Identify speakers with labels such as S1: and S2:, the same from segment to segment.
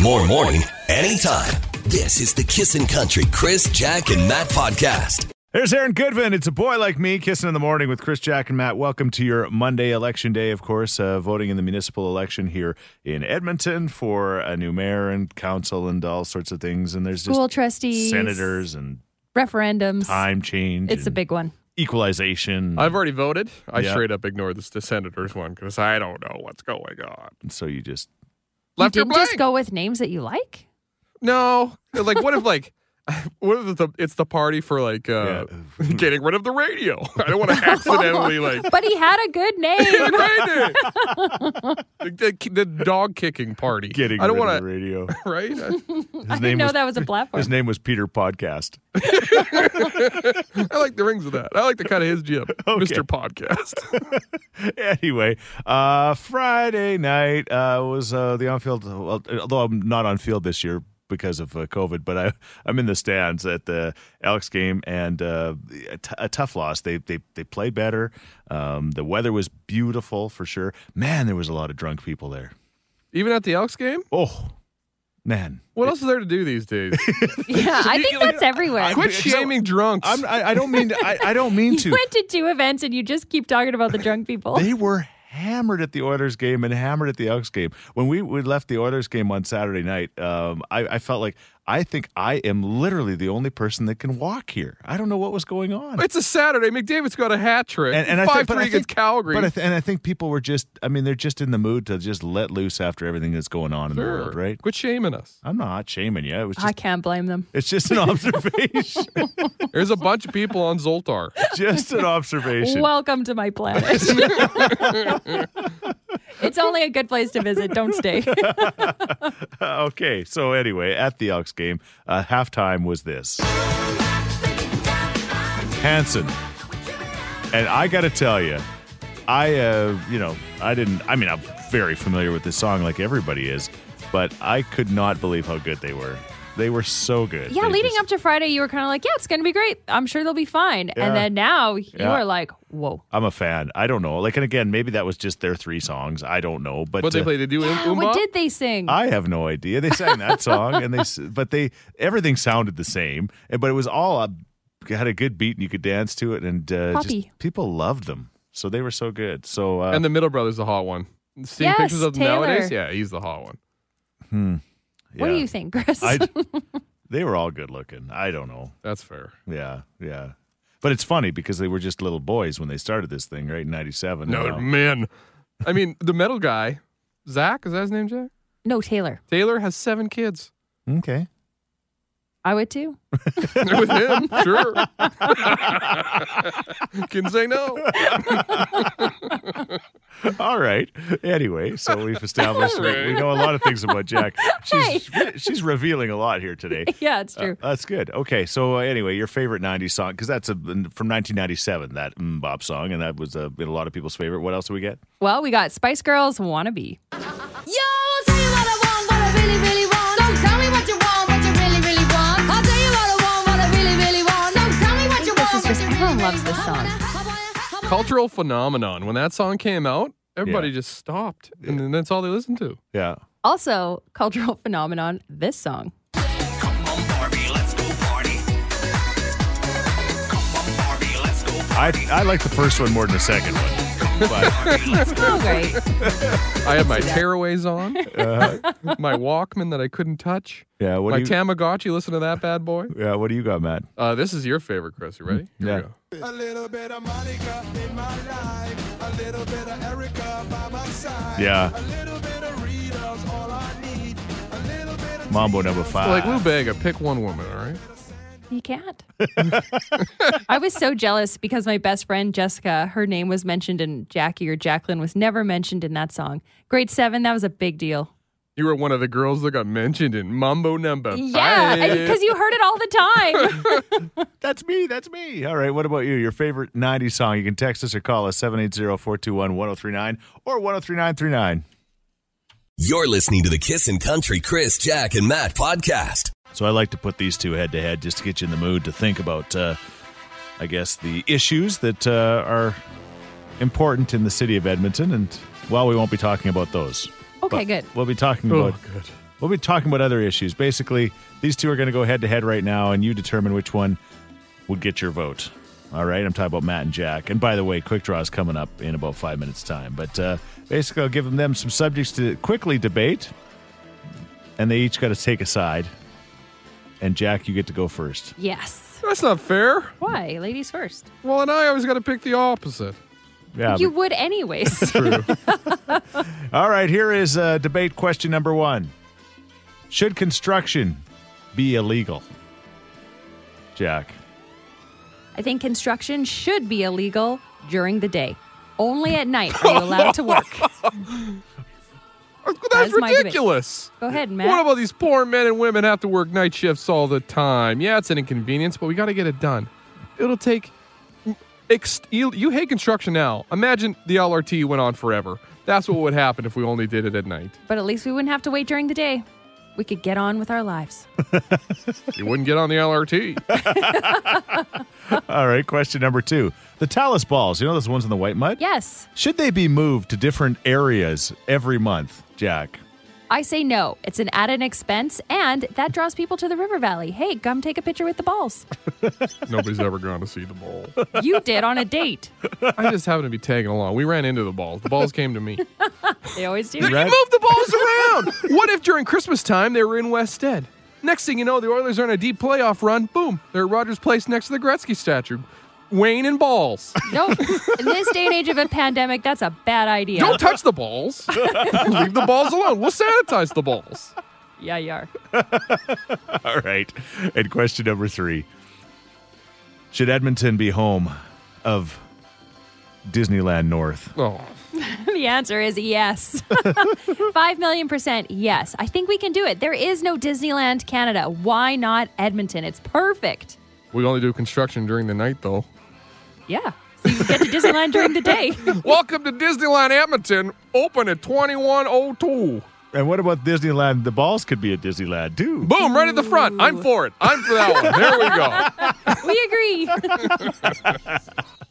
S1: more morning, anytime. This is the Kissin' Country Chris, Jack, and Matt podcast.
S2: There's Aaron Goodvin. It's a boy like me kissing in the morning with Chris, Jack, and Matt. Welcome to your Monday election day, of course, uh, voting in the municipal election here in Edmonton for a new mayor and council and all sorts of things. And there's just
S3: School trustees,
S2: senators and
S3: referendums.
S2: time change.
S3: It's a
S2: and
S3: big one.
S2: equalization.
S4: I've already voted. I
S2: Yeah.
S4: straight up ignored this, the senators one because I don't know what's going on.
S2: And so you just
S4: Left
S3: you
S4: or
S3: didn't
S4: blank?
S3: just go with names that you like.
S4: no. Like, what if like, what if the, it's the party for like uh, getting rid of the radio? I don't want to accidentally like.
S3: But he had a good name.
S4: Right there. the, the, the dog kicking party.
S2: getting
S4: I don't
S2: rid
S4: want
S2: of the radio.
S4: to. Right. I,
S2: His
S3: I didn't know
S2: was,
S3: that was a platform.
S2: His name was Peter Podcast.
S4: I like the rings of that. I like the cut of his gym,
S2: Okay.
S4: Mr. Podcast.
S2: anyway, uh, Friday night uh, was uh, the on-field. Well, although I'm not on field this year because of uh, COVID, but I I'm in the stands at the Alex game and uh, a, t- a tough loss. They they they played better. Um, the weather was beautiful for sure. Man, there was a lot of drunk people there.
S4: Even at the Elks game.
S2: Oh man,
S4: What else is there to do these days?
S3: yeah, I think that's everywhere.
S4: Quit
S2: so-
S4: shaming drunks.
S2: I'm, I I don't mean to, I I don't mean
S3: You
S2: to.
S3: went to two events and you just keep talking about the drunk people.
S2: They were hammered at the Oilers game and hammered at the Elks game. When we, we left the Oilers game on Saturday night, um, I, I felt like I think I am literally the only person that can walk here. I don't know what was going on.
S4: It's a Saturday. McDavid's got a hat trick.
S2: I
S4: five
S2: think- but I
S4: three against
S2: think-
S4: Calgary.
S2: But I th- and I think people were just, I mean, they're just in the mood to just let loose after everything that's going on in the
S4: Sure.
S2: world, right?
S4: Quit shaming us.
S2: I'm not shaming you. It was
S3: I
S2: just,
S3: can't blame them.
S2: it's just an observation.
S4: There's a bunch of people on Zoltar.
S2: just an observation.
S3: Welcome to my planet. it's only a good place to visit. Don't stay.
S2: okay. So anyway, at the Elks game, uh, halftime was this. Hanson. And I got to tell you, I, uh, you know, I didn't, I mean, I'm very familiar with this song like everybody is, but I could not believe how good they were. They were so good.
S3: Yeah, leading up to Friday, you were kind of like, yeah, it's going to be great. I'm sure they'll be fine.
S2: Yeah.
S3: And then now you
S2: Yeah.
S3: are like, whoa.
S2: I'm a fan. I don't know. Like, and again, maybe that was just their three songs. I don't know. But
S4: What they
S2: uh,
S4: play to do
S3: Yeah,
S4: um,
S3: what
S4: Umba?
S3: did they sing?
S2: I have no idea. They sang that song, and they s- but they everything sounded the same, and- but it was all uh, had a good beat, and you could dance to it, and uh,
S3: Poppy.
S2: just people loved them, so they were so good. So uh,
S4: And the middle brother's the hot one. Seeing
S3: Yes,
S4: pictures of them
S3: Taylor.
S4: nowadays, yeah, he's the hot one.
S3: What do
S2: yeah.
S3: you think, Chris?
S2: I, they were all good looking. I don't know.
S4: That's fair.
S2: Yeah, yeah. But it's funny because they were just little boys when they started this thing, right? in '97.
S4: No, they're men. I mean, the metal guy, Zach, is that his name, Jack?
S3: no, Taylor.
S4: Taylor has seven kids.
S3: mm.
S2: okay.
S3: I would too.
S4: With him, sure. Can say no.
S2: All right. Anyway, so we've established we, we know a lot of things about Jack. She's she's revealing a lot here today.
S3: Yeah, it's true.
S2: That's good. Okay, so uh, anyway, your favorite '90s song because that's a, from 1997, that mm, Bob song, and that was uh, been a lot of people's favorite. What else do we get?
S3: well, we got Spice Girls Wannabe.
S5: Yo, I'll tell you what I want, what I really, really want. So tell me what you want, what you really, really want. I'll tell you what I want, what I really, really want. So tell me what you
S3: this
S5: want.
S3: is just-
S5: what you really,
S3: everyone loves
S5: really
S3: this song.
S5: want. I wanna- I wanna-
S4: Cultural phenomenon. When that song came out, everybody
S2: Yeah.
S4: just stopped. And then that's all they listened to.
S2: Yeah,
S3: Also, cultural phenomenon, this song.
S6: Come on, Barbie, let's go party. Come on, Barbie, let's go
S2: I
S6: party.
S2: I like the first one more than the second one. But
S6: Barbie, let's
S3: Oh, great.
S4: I had my tearaways on, my Walkman that I couldn't touch,
S2: yeah, what
S4: my
S2: do you?
S4: Tamagotchi. Listen to that bad boy.
S2: yeah, what do you got, Matt?
S4: Uh, this is your favorite, Chris. You ready? Here we
S2: Yeah.
S4: go.
S7: A little bit of Monica in my life. A little bit of Erica by my side.
S2: Yeah.
S7: A little bit of Rita's all I need. A little bit of
S2: Mambo number
S4: So,
S2: five.
S4: like Lou Bega, pick one woman. All right.
S3: You can't. I was so jealous because my best friend Jessica, her name was mentioned in Jackie or Jacqueline was never mentioned in that song. Grade seven, that was a big deal.
S4: You were one of the girls that got mentioned in Mambo Number.
S3: Yeah,
S4: Five.
S3: because you heard it all the time.
S2: That's me. That's me. All right. What about you? Your favorite 90s song? You can text us or call us 780 421 1039 or 103939.
S1: You're listening to the Kissin' Country Chris, Jack, and Matt podcast.
S2: So I like to put these two head to head just to get you in the mood to think about, uh, I guess, the issues that uh, are important in the city of Edmonton. And well, we won't be talking about those.
S3: okay, good.
S2: We'll be talking
S4: Oh,
S2: about
S4: good.
S2: We'll be talking about other issues. Basically, these two are going to go head to head right now, and you determine which one would get your vote. All right, I'm talking about Matt and Jack. And by the way, Quick Draw is coming up in about five minutes' time. But uh, basically, I'll give them some subjects to quickly debate, and they each got to take a side. And Jack, you get to go first.
S3: Yes.
S4: That's not fair.
S3: Why? Ladies first.
S4: Well, and I always got to pick the opposite.
S2: Yeah.
S3: You would, anyways.
S2: All right, here is uh, debate question number one Should construction be illegal? Jack.
S3: I think construction should be illegal during the day. Only at night are you allowed to work.
S4: That's,
S3: That's my debate.
S4: ridiculous.
S3: Go ahead,
S4: What
S3: Matt.
S4: about these poor men and women have to work night shifts all the time? Yeah, it's an inconvenience, but we got to get it done. It'll take. Ex- you, you hate construction now. Imagine the LRT went on forever. That's what would happen if we only did it at night.
S3: But at least we wouldn't have to wait during the day. We could get on with our lives.
S4: You wouldn't get on the LRT.
S2: All right, question number two The talus balls, you know those ones in the white mud?
S3: Yes.
S2: Should they be moved to different areas every month, Jack?
S3: I say no. It's an added expense, and that draws people to the river valley. Hey, come take a picture with the balls.
S4: Nobody's ever going to see the ball.
S3: You did on a date.
S4: I just happened to be tagging along. We ran into the balls. The balls came to me.
S3: They always do.
S4: Then you move the balls around. What if during Christmas time they were in West End? Next thing you know, the Oilers are on a deep playoff run. Boom, they're at Rogers Place next to the Gretzky statue. Wayne and balls.
S3: No, in this day and age of a pandemic, that's a bad idea.
S4: Don't touch the balls. Leave the balls alone. We'll sanitize the balls.
S3: Yeah, you are.
S2: All right. And question number three Should Edmonton be home of Disneyland North?
S4: Oh,
S3: The answer is yes. Five million percent yes. I think we can do it. There is no Disneyland Canada. Why not Edmonton? It's perfect.
S4: we only do construction during the night, though.
S3: Yeah. So you get to Disneyland during the day.
S4: Welcome to Disneyland Edmonton. Open at twenty one oh two.
S2: And what about Disneyland? The balls could be at Disneyland too.
S4: Boom, right at the front. I'm for it. I'm for that one. There we go.
S3: We agree.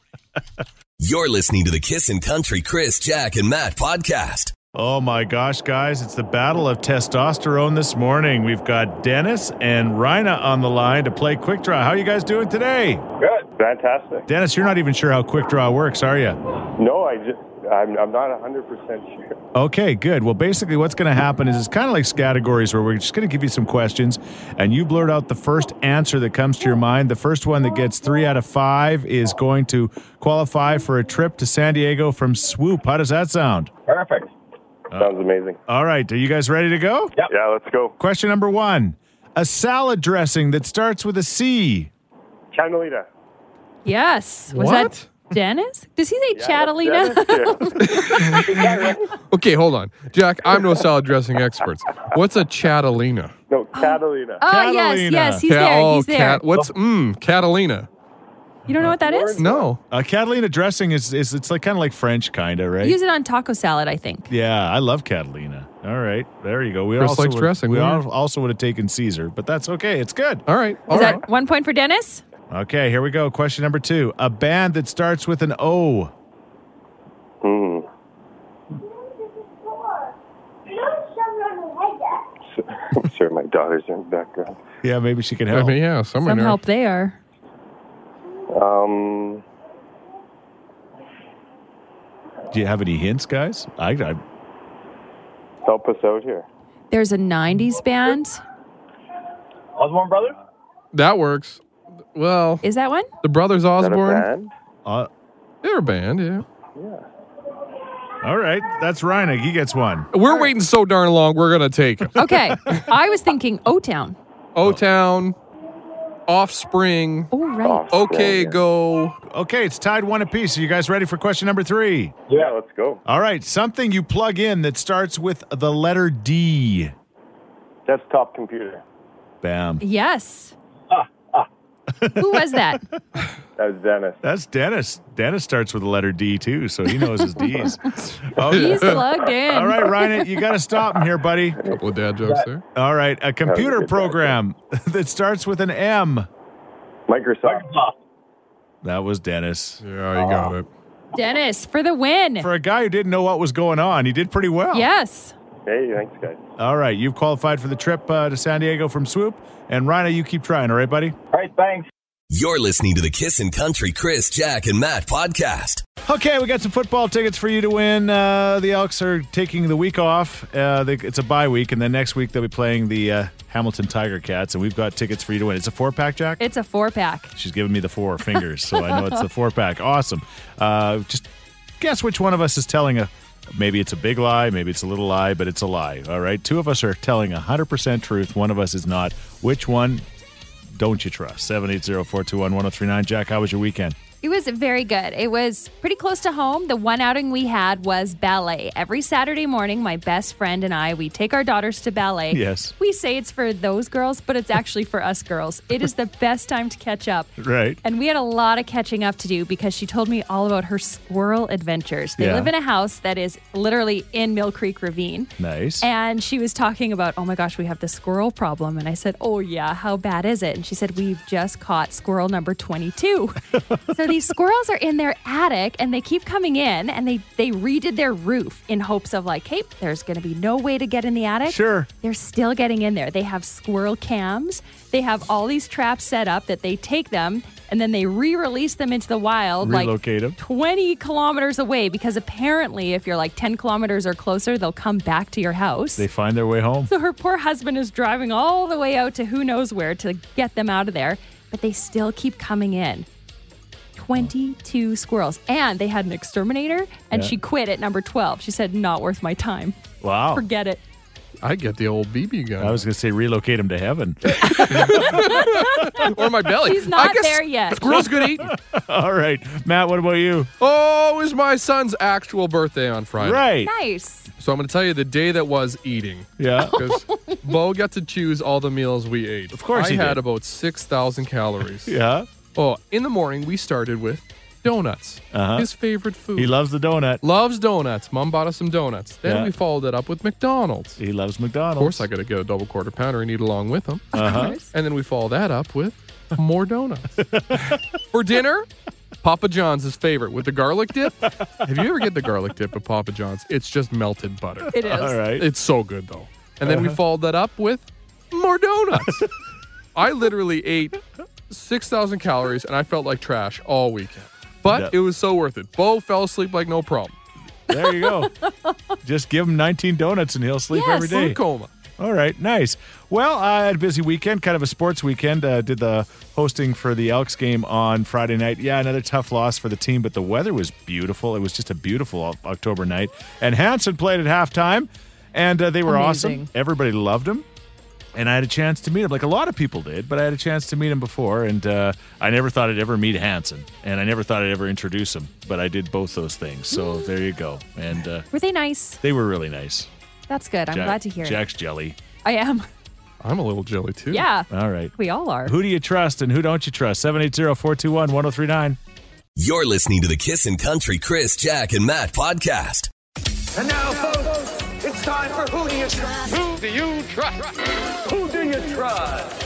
S1: You're listening to the Kissin' Country Chris, Jack, and Matt podcast.
S2: Oh my gosh, guys, it's the battle of testosterone this morning. We've got Dennis and Rhina on the line to play Quick Draw. How are you guys doing today?
S8: Good, fantastic.
S2: Dennis, you're not even sure how Quick Draw works, are you?
S8: No, I just, I'm, I'm not 100% sure.
S2: Okay, good. Well, basically, what's going to happen is it's kind of like categories where we're just going to give you some questions and you blurt out the first answer that comes to your mind. The first one that gets three out of five is going to qualify for a trip to San Diego from Swoop. How does that sound?
S8: Perfect. Sounds amazing.
S2: All right, are you guys ready to go?
S8: Yeah, let's go.
S2: Question number one A salad dressing that starts with a C.
S8: Cannelita.
S3: Yes. Was
S4: What?
S3: that Dennis? Does he say Chatalina?
S4: Okay, hold on. Jack, I'm no salad dressing expert. What's a Catalina?
S8: no, Catalina.
S3: Oh
S2: Catalina.
S3: yes, yes, he's
S4: Ca-
S3: there.
S4: oh,
S3: He's there.
S4: Cat, what's mm, Catalina?
S3: you don't know what that is?
S4: No.
S2: Uh, Catalina dressing is, is it's like kind of like French, kind of, right?
S3: Use it on taco salad, I think.
S2: yeah, I love Catalina. All right, there you go. We
S4: Chris
S2: also
S4: likes
S2: would,
S4: dressing,
S2: We
S4: weird.
S2: al- also would have taken Caesar, but that's okay. It's good.
S4: All right. all
S3: Is
S4: right.
S3: that one point for Dennis?
S2: Okay, here we go. Question number two: A band that starts with an O.
S8: Hmm. I'm sure my daughter's in the background.
S2: Yeah, maybe she can
S4: I
S2: help.
S4: mean, yeah, somewhere
S3: Some
S4: near.
S3: help they are.
S8: Um,
S2: Do you have any hints, guys? I, I
S8: help us out here.
S3: There's a '90s band.
S9: Osborne Brothers?
S4: That works. Well,
S3: Is that one?
S4: the Brothers
S8: Is that a
S4: Osborne,
S8: band?
S2: uh,
S4: they're a band, yeah.
S2: all right, that's Reinig. He gets one.
S4: We're waiting so darn long, we're going to take it.
S3: Okay. I was thinking O Town.
S8: Oh.
S4: O Town, Offspring,
S3: Oh right.
S8: Offspring,
S4: OK
S8: yeah.
S4: Go.
S2: Okay, it's tied one apiece. Are you guys ready for question number three?
S8: Yeah, let's go.
S2: All right, something you plug in that starts with the letter D.
S8: Desktop computer.
S2: Bam.
S3: Yes. Who was that?
S8: That was Dennis.
S2: That's Dennis. Dennis starts with the letter D too, so he knows his D's.
S3: He's
S2: Okay.
S3: plugged in.
S2: All right, Ryan, you got to stop him here, buddy.
S4: couple of dad jokes there.
S2: All right, a computer
S8: good
S2: program that starts with an M.
S8: Microsoft.
S2: That was Dennis.
S4: Yeah, you
S8: Oh.
S4: got it.
S3: Dennis for the win.
S2: For a guy who didn't know what was going on, he did pretty well.
S3: yes.
S8: Hey, thanks, guys.
S2: All right, you've qualified for the trip uh, to San Diego from Swoop. And Rhino, you keep trying, all right, buddy?
S9: All right, thanks.
S1: You're listening to the Kissin' Country Chris, Jack, and Matt podcast.
S2: Okay, we got some football tickets for you to win. Uh, the Elks are taking the week off. Uh, they, it's a bye week, and then next week they'll be playing the uh, Hamilton Tiger Cats, and we've got tickets for you to win. It's a four pack, Jack.
S3: It's a four pack.
S2: She's giving me the four fingers, so I know it's the four pack. Awesome. Uh, just guess which one of us is telling a. Maybe it's a big lie, maybe it's a little lie, but it's a lie. All right, two of us are telling 100% truth, one of us is not. Which one don't you trust? 780-421-1039. Jack, how was your weekend?
S3: It was very good. It was pretty close to home. The one outing we had was ballet. Every Saturday morning, my best friend and I, we take our daughters to ballet.
S2: Yes.
S3: We say it's for those girls, but it's actually for us girls. It is the best time to catch up.
S2: Right.
S3: And we had a lot of catching up to do because she told me all about her squirrel adventures. They
S2: Yeah.
S3: live in a house that is literally in Mill Creek Ravine.
S2: Nice.
S3: And she was talking about, oh my gosh, we have the squirrel problem. And I said, oh yeah, how bad is it? And she said, we've just caught squirrel number 22. so these squirrels are in their attic and they keep coming in and they, they redid their roof in hopes of like, hey, there's going to be no way to get in the attic.
S2: Sure.
S3: They're still getting in there. They have squirrel cams. They have all these traps set up that they take them and then they re-release them into the wild
S2: Relocate 'em.
S3: like 20 kilometers away because apparently if you're like 10 kilometers or closer they'll come back to your house
S2: They find their way home.
S3: so her poor husband is driving all the way out to who knows where to get them out of there, but they still keep coming in. 22 squirrels. And they had an exterminator, and
S2: Yeah.
S3: she quit at number 12. She said, Not worth my time.
S2: Wow.
S3: Forget it.
S4: I get the old BB gun
S2: I was going to say relocate him to heaven.
S4: or my belly.
S3: She's not
S4: I guess
S3: there yet.
S4: Squirrel's good eating.
S2: All right. Matt, what about you?
S4: Oh, it was my son's actual birthday on Friday.
S2: Right.
S3: Nice.
S4: So I'm going to tell you the day that was eating.
S2: Yeah.
S4: Because Bo got to choose all the meals we ate. Of
S2: course
S4: I
S2: he
S4: had
S2: did.
S4: about 6,000 calories.
S2: Yeah.
S4: Oh, in the morning, we started with donuts.
S2: Uh-huh.
S4: His favorite food.
S2: He loves the donut.
S4: Loves donuts. Mom bought us some donuts. Then
S2: Yeah.
S4: we followed it up with McDonald's.
S2: He loves McDonald's.
S4: Of course, I got to get a double quarter pounder and eat along with them.
S2: Uh-huh.
S3: Of course.
S4: And then we follow that up with more donuts. For dinner, Papa John's is favorite with the garlic dip. Have you ever get the garlic dip at Papa John's? It's just melted butter.
S3: It is.
S2: All right.
S4: It's so good though. And then we followed that up with more donuts. I literally ate 6,000 calories and I felt like trash all weekend. But
S2: Yeah.
S4: it was so worth it. Bo fell asleep like no problem.
S2: there you go. Just give him 19 donuts and he'll sleep
S3: Yes.
S2: every day.
S4: Food coma.
S2: All right, nice. Well, I had a busy weekend, kind of a sports weekend. Uh, did the hosting for the Elks game on Friday night. Yeah, another tough loss for the team, but the weather was beautiful. It was just a beautiful o- October night. And Hanson played at halftime, and uh, they were awesome.
S3: Amazing.
S2: Everybody loved him. And I had a chance to meet him, like a lot of people did, but I had a chance to meet him before, and uh, I never thought I'd ever meet Hanson, and I never thought I'd ever introduce him, but I did both those things. So there you go. And uh,
S3: Were they nice?
S2: they were really nice.
S3: That's good. I'm
S2: Jack-
S3: glad to hear
S2: Jack's jelly.
S3: it. I am.
S4: I'm a little jelly too.
S3: Yeah.
S2: All right.
S3: We all are.
S2: Uh-huh. Who do you trust and who don't you trust? 780-421-1039.
S1: You're listening to the Kissin' Country Chris, Jack, and Matt podcast.
S6: And now, folks, it's time for Who Do You Trust? Who do you trust? Who do you trust?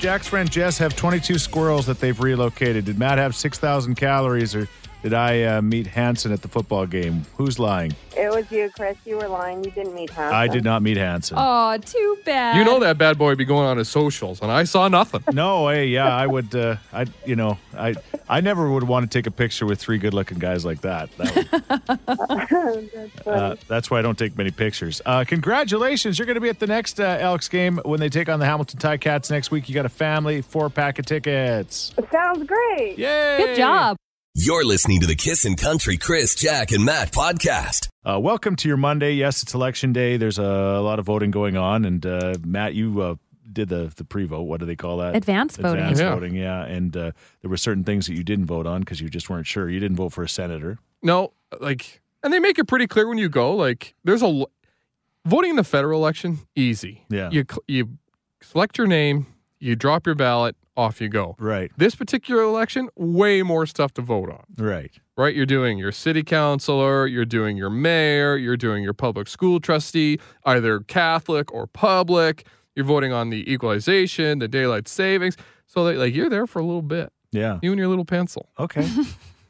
S2: Jack's friend Jess have 22 squirrels that they've relocated. Did Matt have 6,000 calories or did I uh, meet Hanson at the football game? Who's lying?
S10: It was you, Chris. You were lying. You didn't meet Hanson.
S2: I did not meet Hanson.
S3: Oh, too bad.
S4: You know that bad boy be going on his socials and I saw nothing.
S2: No, hey, yeah, I would, uh, I, you know, I, I never would want to take a picture with three good-looking guys like that. That would- Uh, that's why I don't take many pictures. Uh, congratulations. You're going to be at the next uh, Elks game when they take on the Hamilton Tie Cats next week. You got a family, four pack of tickets.
S10: Sounds great.
S2: Yay!
S3: Good job.
S1: You're listening to the Kissin' Country Chris, Jack, and Matt podcast.
S2: Uh, welcome to your Monday. Yes, it's election day. There's a, lot of voting going on. And uh, Matt, you uh, did the, the pre vote. What do they call that?
S3: Advance voting.
S2: Advance
S4: Yeah.
S2: voting, yeah. And uh, there were certain things that you didn't vote on because you just weren't sure. You didn't vote for a senator.
S4: No, like, and they make it pretty clear when you go. Like, there's a l- voting in the federal election easy.
S2: Yeah.
S4: you cl- you select your name, you drop your ballot, off you go.
S2: Right,
S4: This particular election, way more stuff to vote on.
S2: right.
S4: Right, you're doing your city councilor, you're doing your mayor, you're doing your public school trustee, either Catholic or public. You're voting on the equalization, the daylight savings. So, like, like, you're there for a little bit,
S2: Yeah.
S4: you and your little pencil.
S2: Okay.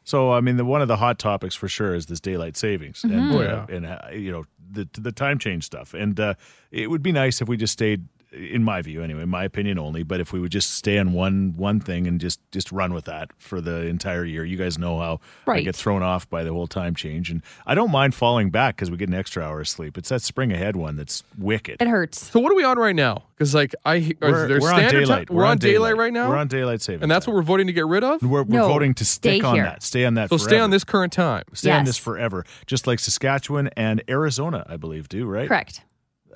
S2: so I mean, the, one of the hot topics for sure is this daylight savings, and
S4: Mhm.
S2: uh,
S4: Oh,
S2: and uh, you know the the time change stuff. And uh, it would be nice if we just stayed, in my view, anyway, my opinion only. But if we would just stay on one one thing and just just run with that for the entire year, you guys know how I
S3: Right.
S2: get thrown off by the whole time change, and I don't mind falling back because we get an extra hour of sleep. It's that spring ahead one that's wicked.
S3: It hurts.
S4: So what are we on right now? Because like I
S2: We're,
S4: there's
S2: we're on
S4: standard
S2: daylight.
S4: Time? We're, on daylight, right now,
S2: We're on daylight saving,
S4: and that's what we're voting to get rid of.
S2: we're, we're
S3: No,
S2: voting to stick
S3: stay
S2: on
S3: here.
S2: that. Stay on that.
S4: So stay
S2: forever.
S4: on this current time.
S2: Stay on this
S3: Yes.
S2: forever, just like Saskatchewan and Arizona, I believe, do right?
S3: Correct.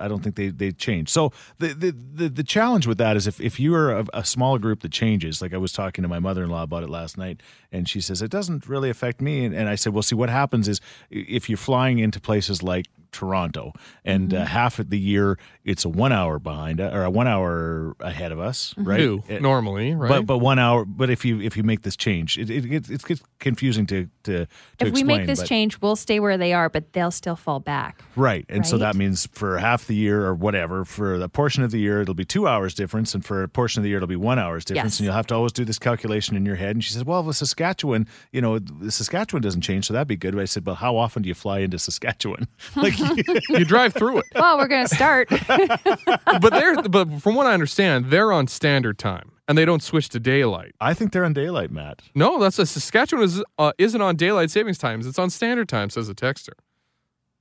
S2: I don't think they they change. So the the the, the challenge with that is if if you are a, a small group that changes, like I was talking to my mother in law about it last night, and she says it doesn't really affect me, and, and I said, well, see, what happens is i- if you're flying into places like Toronto, and
S3: Mm-hmm.
S2: uh, half of the year it's a one hour behind or a one hour ahead of us,
S3: Mm-hmm.
S2: right?
S4: Two
S2: It-
S4: normally, right?
S2: But but one hour. But if you if you make this change, it it gets, it gets confusing to to, to
S3: If we
S2: explain.
S3: make this
S2: but-
S3: change, we'll stay where they are, but they'll still fall back.
S2: Right. And so
S3: Right?
S2: that means for half the year or whatever, for a portion of the year, it'll be two hours difference. And for a portion of the year, it'll be one hour's difference.
S3: Yes.
S2: And you'll have to always do this calculation in your head. And she says, Well, with Saskatchewan, you know, the Saskatchewan doesn't change. So that'd be good. But I said, Well, how often do you fly into Saskatchewan? Like,
S4: you drive through it.
S3: Well, we're gonna start.
S4: But they're but from what I understand, they're on standard time, and they don't switch to daylight.
S2: I think they're on daylight, Matt.
S4: No, that's a Saskatchewan is uh, isn't on daylight savings times. It's on standard time, says a texter.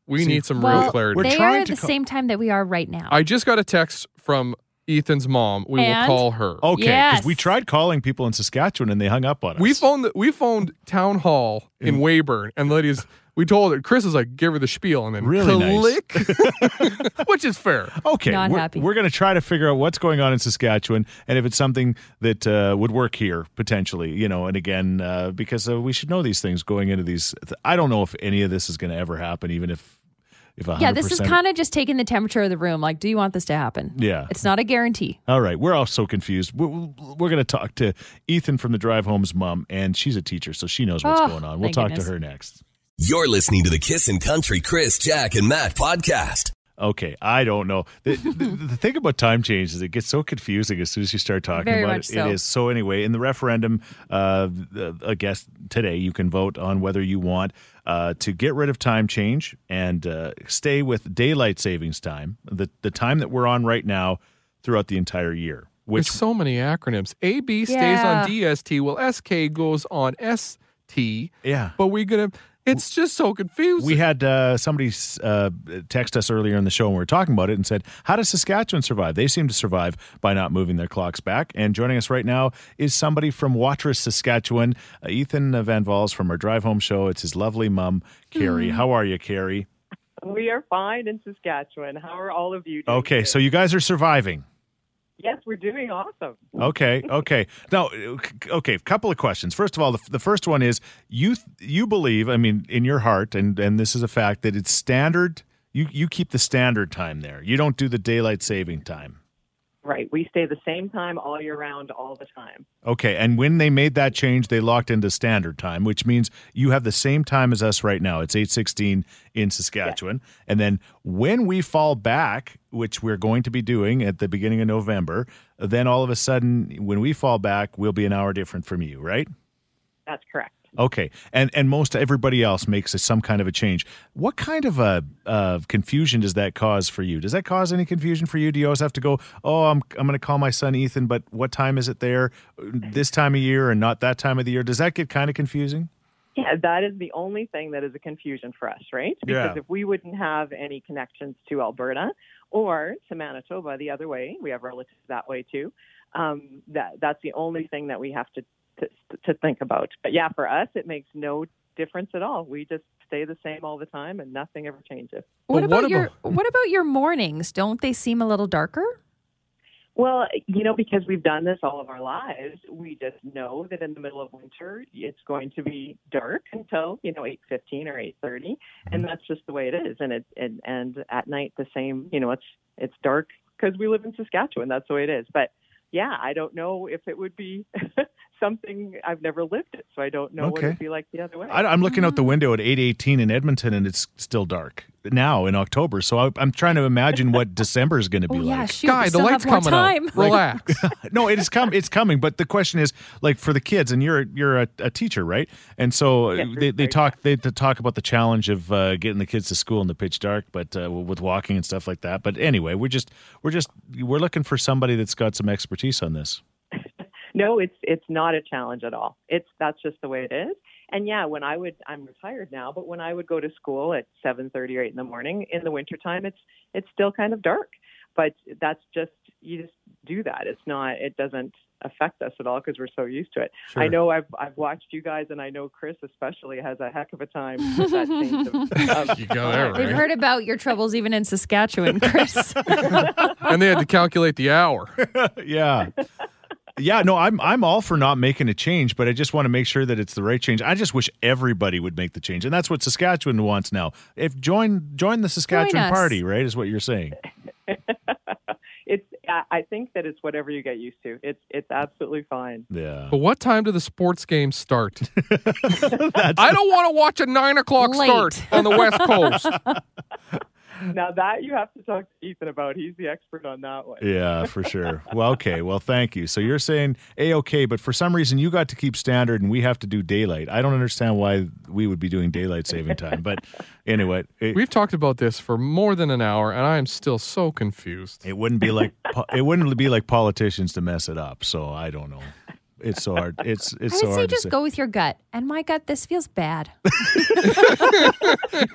S4: We
S2: See,
S4: need some real
S3: well,
S4: clarity.
S2: We're
S3: they
S2: trying
S3: are at
S2: to
S3: the
S2: co-
S3: same time that we are right now.
S4: I just got a text from Ethan's mom. We
S3: And?
S4: will call her.
S2: Okay. Because we
S3: Yes.
S2: tried calling people in Saskatchewan and they hung up on us.
S4: We phoned the, we phoned town hall in Weyburn, and ladies, we told her. Chris is like, give her the spiel, and then
S2: Really nice.
S4: click, which is fair.
S2: Okay,
S3: Not
S2: we're,
S3: happy.
S2: we're going to try to figure out what's going on in Saskatchewan and if it's something that uh, would work here potentially, you know. And again, uh, because uh, we should know these things going into these. I don't know if any of this is going to ever happen, even if if a
S3: yeah, this is kind of just taking the temperature of the room. Like, do you want this to happen?
S2: Yeah.
S3: It's not a guarantee.
S2: All right, we're all so confused. We're, we're going to talk to Ethan from the drive home's mom, and she's a teacher, so she knows what's
S3: Oh,
S2: going on. We'll
S3: thank
S2: talk
S3: goodness.
S2: to her next.
S1: You're listening to the Kissin' Country Chris, Jack, and Matt podcast.
S2: Okay, I don't know. The, the, the thing about time change is it gets so confusing as soon as you start talking
S3: Very
S2: about
S3: much
S2: it.
S3: so.
S2: It is so anyway. In the referendum, uh, the- I guess today you can vote on whether you want uh, to get rid of time change and uh, stay with daylight savings time, the the time that we're on right now, throughout the entire year. Which
S4: There's so many acronyms. AB stays
S3: Yeah.
S4: on DST. Well, SK goes on ST.
S2: yeah.
S4: But we gonna. It's just so confusing.
S2: We had uh, somebody uh, text us earlier in the show when we were talking about it and said, How does Saskatchewan survive? They seem to survive by not moving their clocks back. And joining us right now is somebody from Watrous, Saskatchewan, uh, Ethan Van Vals from our drive home show. It's his lovely mum, Carrie. How are you, Carrie?
S11: We are fine in Saskatchewan. How are all of you doing?
S2: Okay,
S11: today?
S2: so you guys are surviving.
S11: yes, we're doing awesome.
S2: Okay, okay. Now, okay, couple of questions. First of all, the, the first one is you you believe, I mean, in your heart, and and this is a fact that it's standard. You you keep the standard time there. You don't do the daylight saving time.
S11: Right. We stay the same time all year round, all the time.
S2: Okay, and when they made that change, they locked into standard time, which means you have the same time as us right now. It's eight sixteen in Saskatchewan, and then when we fall back, which we're going to be doing at the beginning of November, then all of a sudden, when we fall back, we'll be an hour different from you, right?
S11: That's correct.
S2: Okay, and and most everybody else makes a, some kind of a change. What kind of a uh, confusion does that cause for you? Does that cause any confusion for you? Do you always have to go? Oh, I'm I'm going to call my son Ethan, but what time is it there? This time of year and not that time of the year. Does that get kind of confusing?
S11: Yeah, that is the only thing that is a confusion for us, right? Because
S2: Yeah.
S11: if we wouldn't have any connections to Alberta or to Manitoba the other way, we have relatives that way too. Um, that that's the only thing that we have to, to to think about. But yeah, for us, it makes no difference at all. We just stay the same all the time, and nothing ever changes.
S4: But
S3: What about,
S4: what
S3: your What about your mornings? Don't they seem a little darker?
S11: Well, you know, because we've done this all of our lives, we just know that in the middle of winter it's going to be dark until you know eight fifteen or eight thirty,
S2: Mm-hmm.
S11: and that's just the way it is. And it and and at night the same, you know, it's it's dark because we live in Saskatchewan. That's the way it is. But yeah, I don't know if it would be something I've never lived it, so I don't know what
S2: Okay.
S11: it'd be like the other way.
S2: I, I'm looking out the window at 8:18 in Edmonton, and it's still dark now in October. So I, I'm trying to imagine what December is going to be like.
S3: Oh, shoot, we still have more time.
S2: no, it is come. It's coming. But the question is, like for the kids, and you're you're a, a teacher, right? And so uh, they, they talk they, they talk about the challenge of uh, getting the kids to school in the pitch dark, but uh, with walking and stuff like that. But anyway, we're just we're just we're looking for somebody that's got some expertise on this.
S11: No, it's it's not a challenge at all. It's that's just the way it is. And yeah, when I would I'm retired now, but when I would go to school at seven thirty or eight in the morning in the wintertime it's it's still kind of dark. But that's just you just do that. It's not it doesn't affect us at all because we're so used to it.
S12: Sure.
S11: I know I've I've watched you guys and I know Chris especially has a heck of a time with that change of, of
S4: You go there, right?
S3: We've heard about your troubles even in Saskatchewan, Chris.
S4: and they had to calculate the hour.
S2: yeah. Yeah, no, I'm I'm all for not making a change, but I just want to make sure that it's the right change. I just wish everybody would make the change, and that's what Saskatchewan wants now. If join join the Saskatchewan
S11: us.
S2: party, right, is what you're saying.
S11: it's I- I think that it's whatever you get used to. It's it's absolutely fine.
S2: Yeah.
S4: But what time do the sports games start? I don't want to watch a nine o'clock
S11: Late.
S4: start on the West Coast.
S11: now that you have to talk to Ethan about. He's the expert on that one.
S2: Yeah, for sure. Well, okay. Well, thank you. So you're saying a okay, but for some reason you got to keep standard and we have to do daylight. I don't understand why we would be doing daylight saving time, but anyway, it,
S4: We've talked about this for more than an hour, and I am still so confused.
S2: it wouldn't be like po- it wouldn't be like politicians to mess it up. So I don't know. It's so hard. It's
S3: I
S2: it's
S3: would
S2: so
S3: say
S2: hard.
S3: just
S2: to say.
S3: go with your gut. And my gut, this feels bad.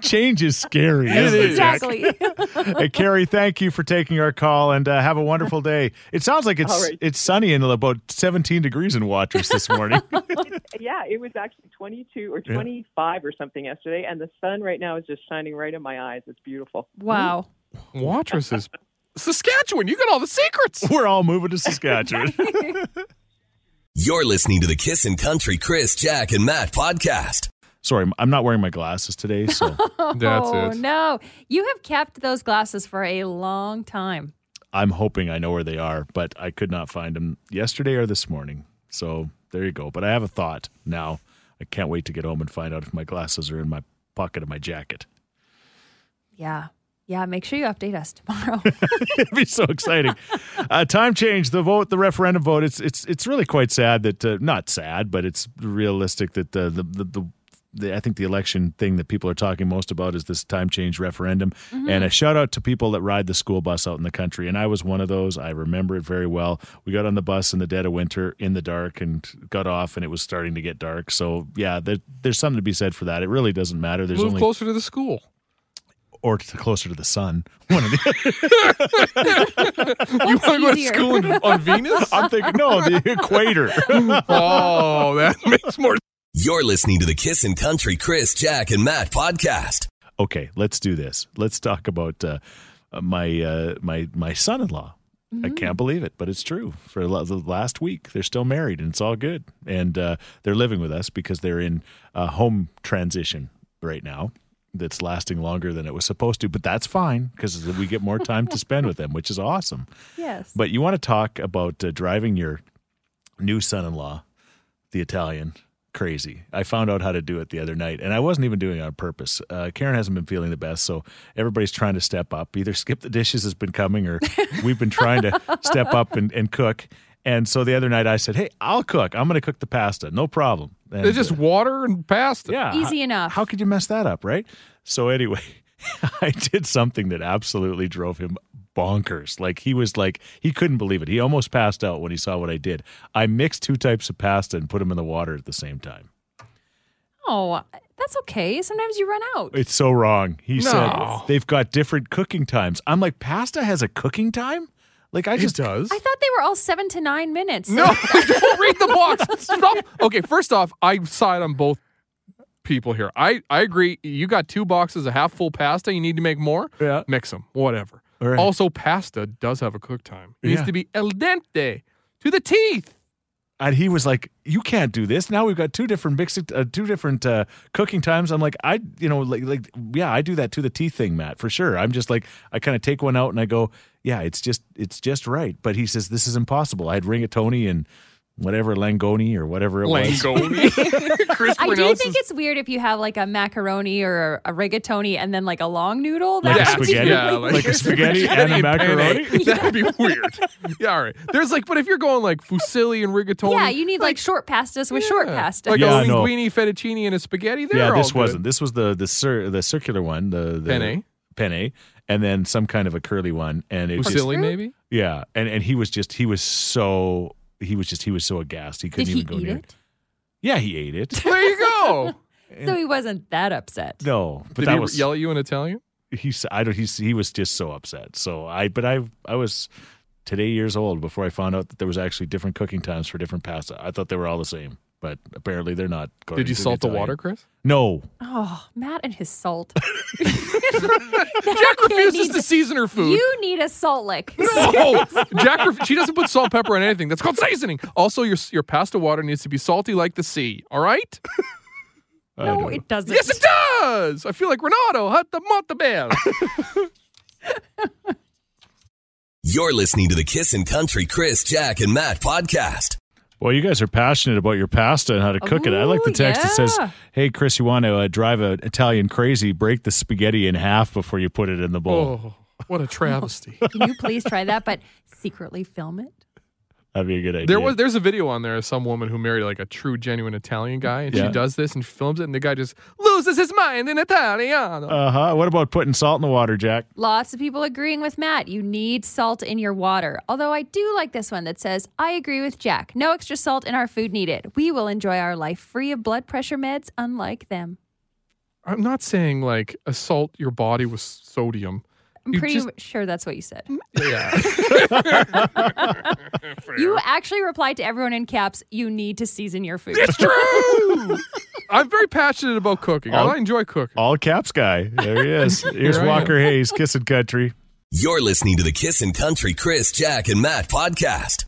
S2: Change is scary. isn't it, Jack?
S3: exactly.
S2: hey, Carrie, thank you for taking our call and uh, have a wonderful day. It sounds like it's
S11: All right.
S2: it's sunny and about 17 degrees in Watchers this morning.
S11: yeah, it was actually 22 or
S2: Yeah.
S11: 25 or something yesterday, and the sun right now is just shining right in my eyes. It's beautiful.
S3: Wow.
S4: Watrous is Saskatchewan. You got all the secrets.
S2: We're all moving to Saskatchewan.
S1: You're listening to the Kissin' Country Chris, Jack, and Matt podcast.
S2: Sorry, I'm not wearing my glasses today, so
S3: oh, no. You have kept those glasses for a long time.
S2: I'm hoping I know where they are, but I could not find them yesterday or this morning. So there you go. But I have a thought now. I can't wait to get home and find out if my glasses are in my pocket of my jacket.
S3: Yeah. Yeah. Make sure you update us tomorrow.
S2: It'd be so exciting. Uh, time change, the vote, the referendum vote. It's it's it's really quite sad that uh, not sad, but it's realistic that uh, the, the the the I think the election thing that people are talking most about is this time change referendum.
S13: Mhm.
S2: And a shout out to people that ride the school bus out in the country. And I was one of those. I remember it very well. We got on the bus in the dead of winter, in the dark, and got off, and it was starting to get dark. So yeah, there, there's something to be said for that. It really doesn't matter. There's
S4: Move
S2: only
S4: closer to the school.
S2: or to, closer to the sun.
S4: You want to go to school in, on Venus?
S2: I'm thinking, no, the equator.
S4: oh, that makes more.
S1: You're listening to the Kissin' Country Chris, Jack, and Matt podcast.
S2: okay, let's do this. Let's talk about uh, my uh, my my son-in-law. I can't believe it, but it's true. For la- the last week, they're still married, and it's all good. And uh, they're living with us because they're in a home transition right now. That's lasting longer than it was supposed to, but that's fine because we get more time to spend with them, which is awesome.
S3: yes.
S2: But you want to talk about uh, driving your new son-in-law, the Italian, crazy. I found out how to do it the other night, and I wasn't even doing it on purpose. Uh, Karen hasn't been feeling the best, so everybody's trying to step up. Either skip the dishes has been coming, or we've been trying to step up and, and cook. And so the other night I said, "Hey, I'll cook. I'm going to cook the pasta, no problem." And, uh,
S4: It's just water and pasta.
S2: Yeah,
S3: Easy
S2: how-
S3: enough.
S2: uh, How could you mess that up, right? So anyway, I did something that absolutely drove him bonkers. Like he was like he couldn't believe it. He almost passed out when he saw what I did. I mixed two types of pasta and put them in the water at the same time.
S3: Oh, that's okay. Sometimes you run out.
S2: It's so wrong. He
S3: No.
S2: said they've got different cooking times. I'm like, pasta has a cooking time? Like I just does.
S3: I thought they were all seven to nine minutes.
S4: No, don't read the box. Stop. Okay, first off, I side on both people here. I, I agree. You got two boxes of half full pasta. You need to make more.
S2: Yeah.
S4: Mix them. Whatever.
S2: All right.
S4: Also, pasta does have a cook time. It
S2: Yeah.
S4: needs to be el dente to the teeth.
S2: and he was like, "You can't do this." Now we've got two different mixing, uh, two different uh, cooking times. I'm like, I, you know, like, like, yeah, I do that to the tea thing, Matt, for sure. I'm just like, I kind of take one out and I go, "Yeah, it's just, it's just right." But he says this is impossible. I had rigatoni and whatever Langoni or whatever it
S4: Langoni?
S2: was.
S4: Chris
S3: I do think it's weird if you have like a macaroni or a rigatoni and then like a long noodle. That
S2: Like a
S3: would be
S2: spaghetti?
S3: really
S2: like a spaghetti and a macaroni?
S4: That'd be weird. Yeah, all right. There's like, but if you're going like fusilli and rigatoni,
S3: Yeah, you need like, short pastas with short pasta.
S4: like
S2: Yeah,
S4: a
S2: no.
S4: linguine, fettuccine, and a spaghetti. They're
S2: yeah,
S4: all
S2: this
S4: good.
S2: wasn't. This was the the cir- the circular one, the, the
S4: Penne.
S2: penne, and then some kind of a curly one, and it
S4: fusilli,
S2: just,
S4: maybe.
S2: Yeah, and and he was just he was so he was just he was so aghast he couldn't
S3: Did he
S2: even go
S3: eat
S2: near.
S3: it?
S2: Yeah, he ate it.
S4: There you go.
S3: So he wasn't that upset.
S2: No, but
S4: Did
S2: that
S4: he
S2: was
S4: yell at you in Italian?
S2: he's I don't he's he was just so upset. So I but I I was today years old before I found out that there was actually different cooking times for different pasta. I thought they were all the same, but apparently they're not. according
S4: Did you
S2: to
S4: salt the
S2: Italian.
S4: water, Chris?
S2: No,
S3: Oh, Matt and his salt.
S4: Jack refuses to season her food.
S3: You need a salt lick.
S4: No, Jack. Ref- she doesn't put salt, pepper, on anything. That's called seasoning. Also, your your pasta water needs to be salty like the sea. All right?
S2: I
S3: No,
S2: don't-
S3: it doesn't.
S4: Yes, it does. I feel like Renato at the Montebello.
S1: You're listening to the Kissin' Country Chris, Jack, and Matt podcast.
S2: Well, you guys are passionate about your pasta and how to cook it. I like the
S3: Ooh,
S2: text that says,
S3: yeah.
S2: "Hey, Chris, you want to uh, drive an Italian crazy? Break the spaghetti in half before you put it in the bowl.
S4: Oh, what a travesty!
S3: Can you please try that, but secretly film it?
S2: That'd be a good idea."
S4: There was there's a video on there of some woman who married like a true genuine Italian guy, and
S2: Yeah.
S4: she does this and films it, and the guy just loses his mind in Italiano.
S2: Uh huh. What about putting salt in the water, Jack?
S3: Lots of people agreeing with Matt. You need salt in your water. Although I do like this one that says, I agree with Jack. No extra salt in our food needed. We will enjoy our life free of blood pressure meds, unlike them.
S4: I'm not saying like assault your body with sodium.
S3: I'm
S4: You
S3: pretty
S4: just- Mm.
S3: sure that's what you said.
S4: yeah.
S3: You actually replied to everyone in caps, you need to season your food.
S4: It's true. I'm very passionate about cooking. I enjoy cooking.
S2: All caps guy. There he is. Here's
S4: Here I am.
S2: Walker Hayes, kissing country.
S1: You're listening to the Kissin' Country Chris, Jack, and Matt podcast.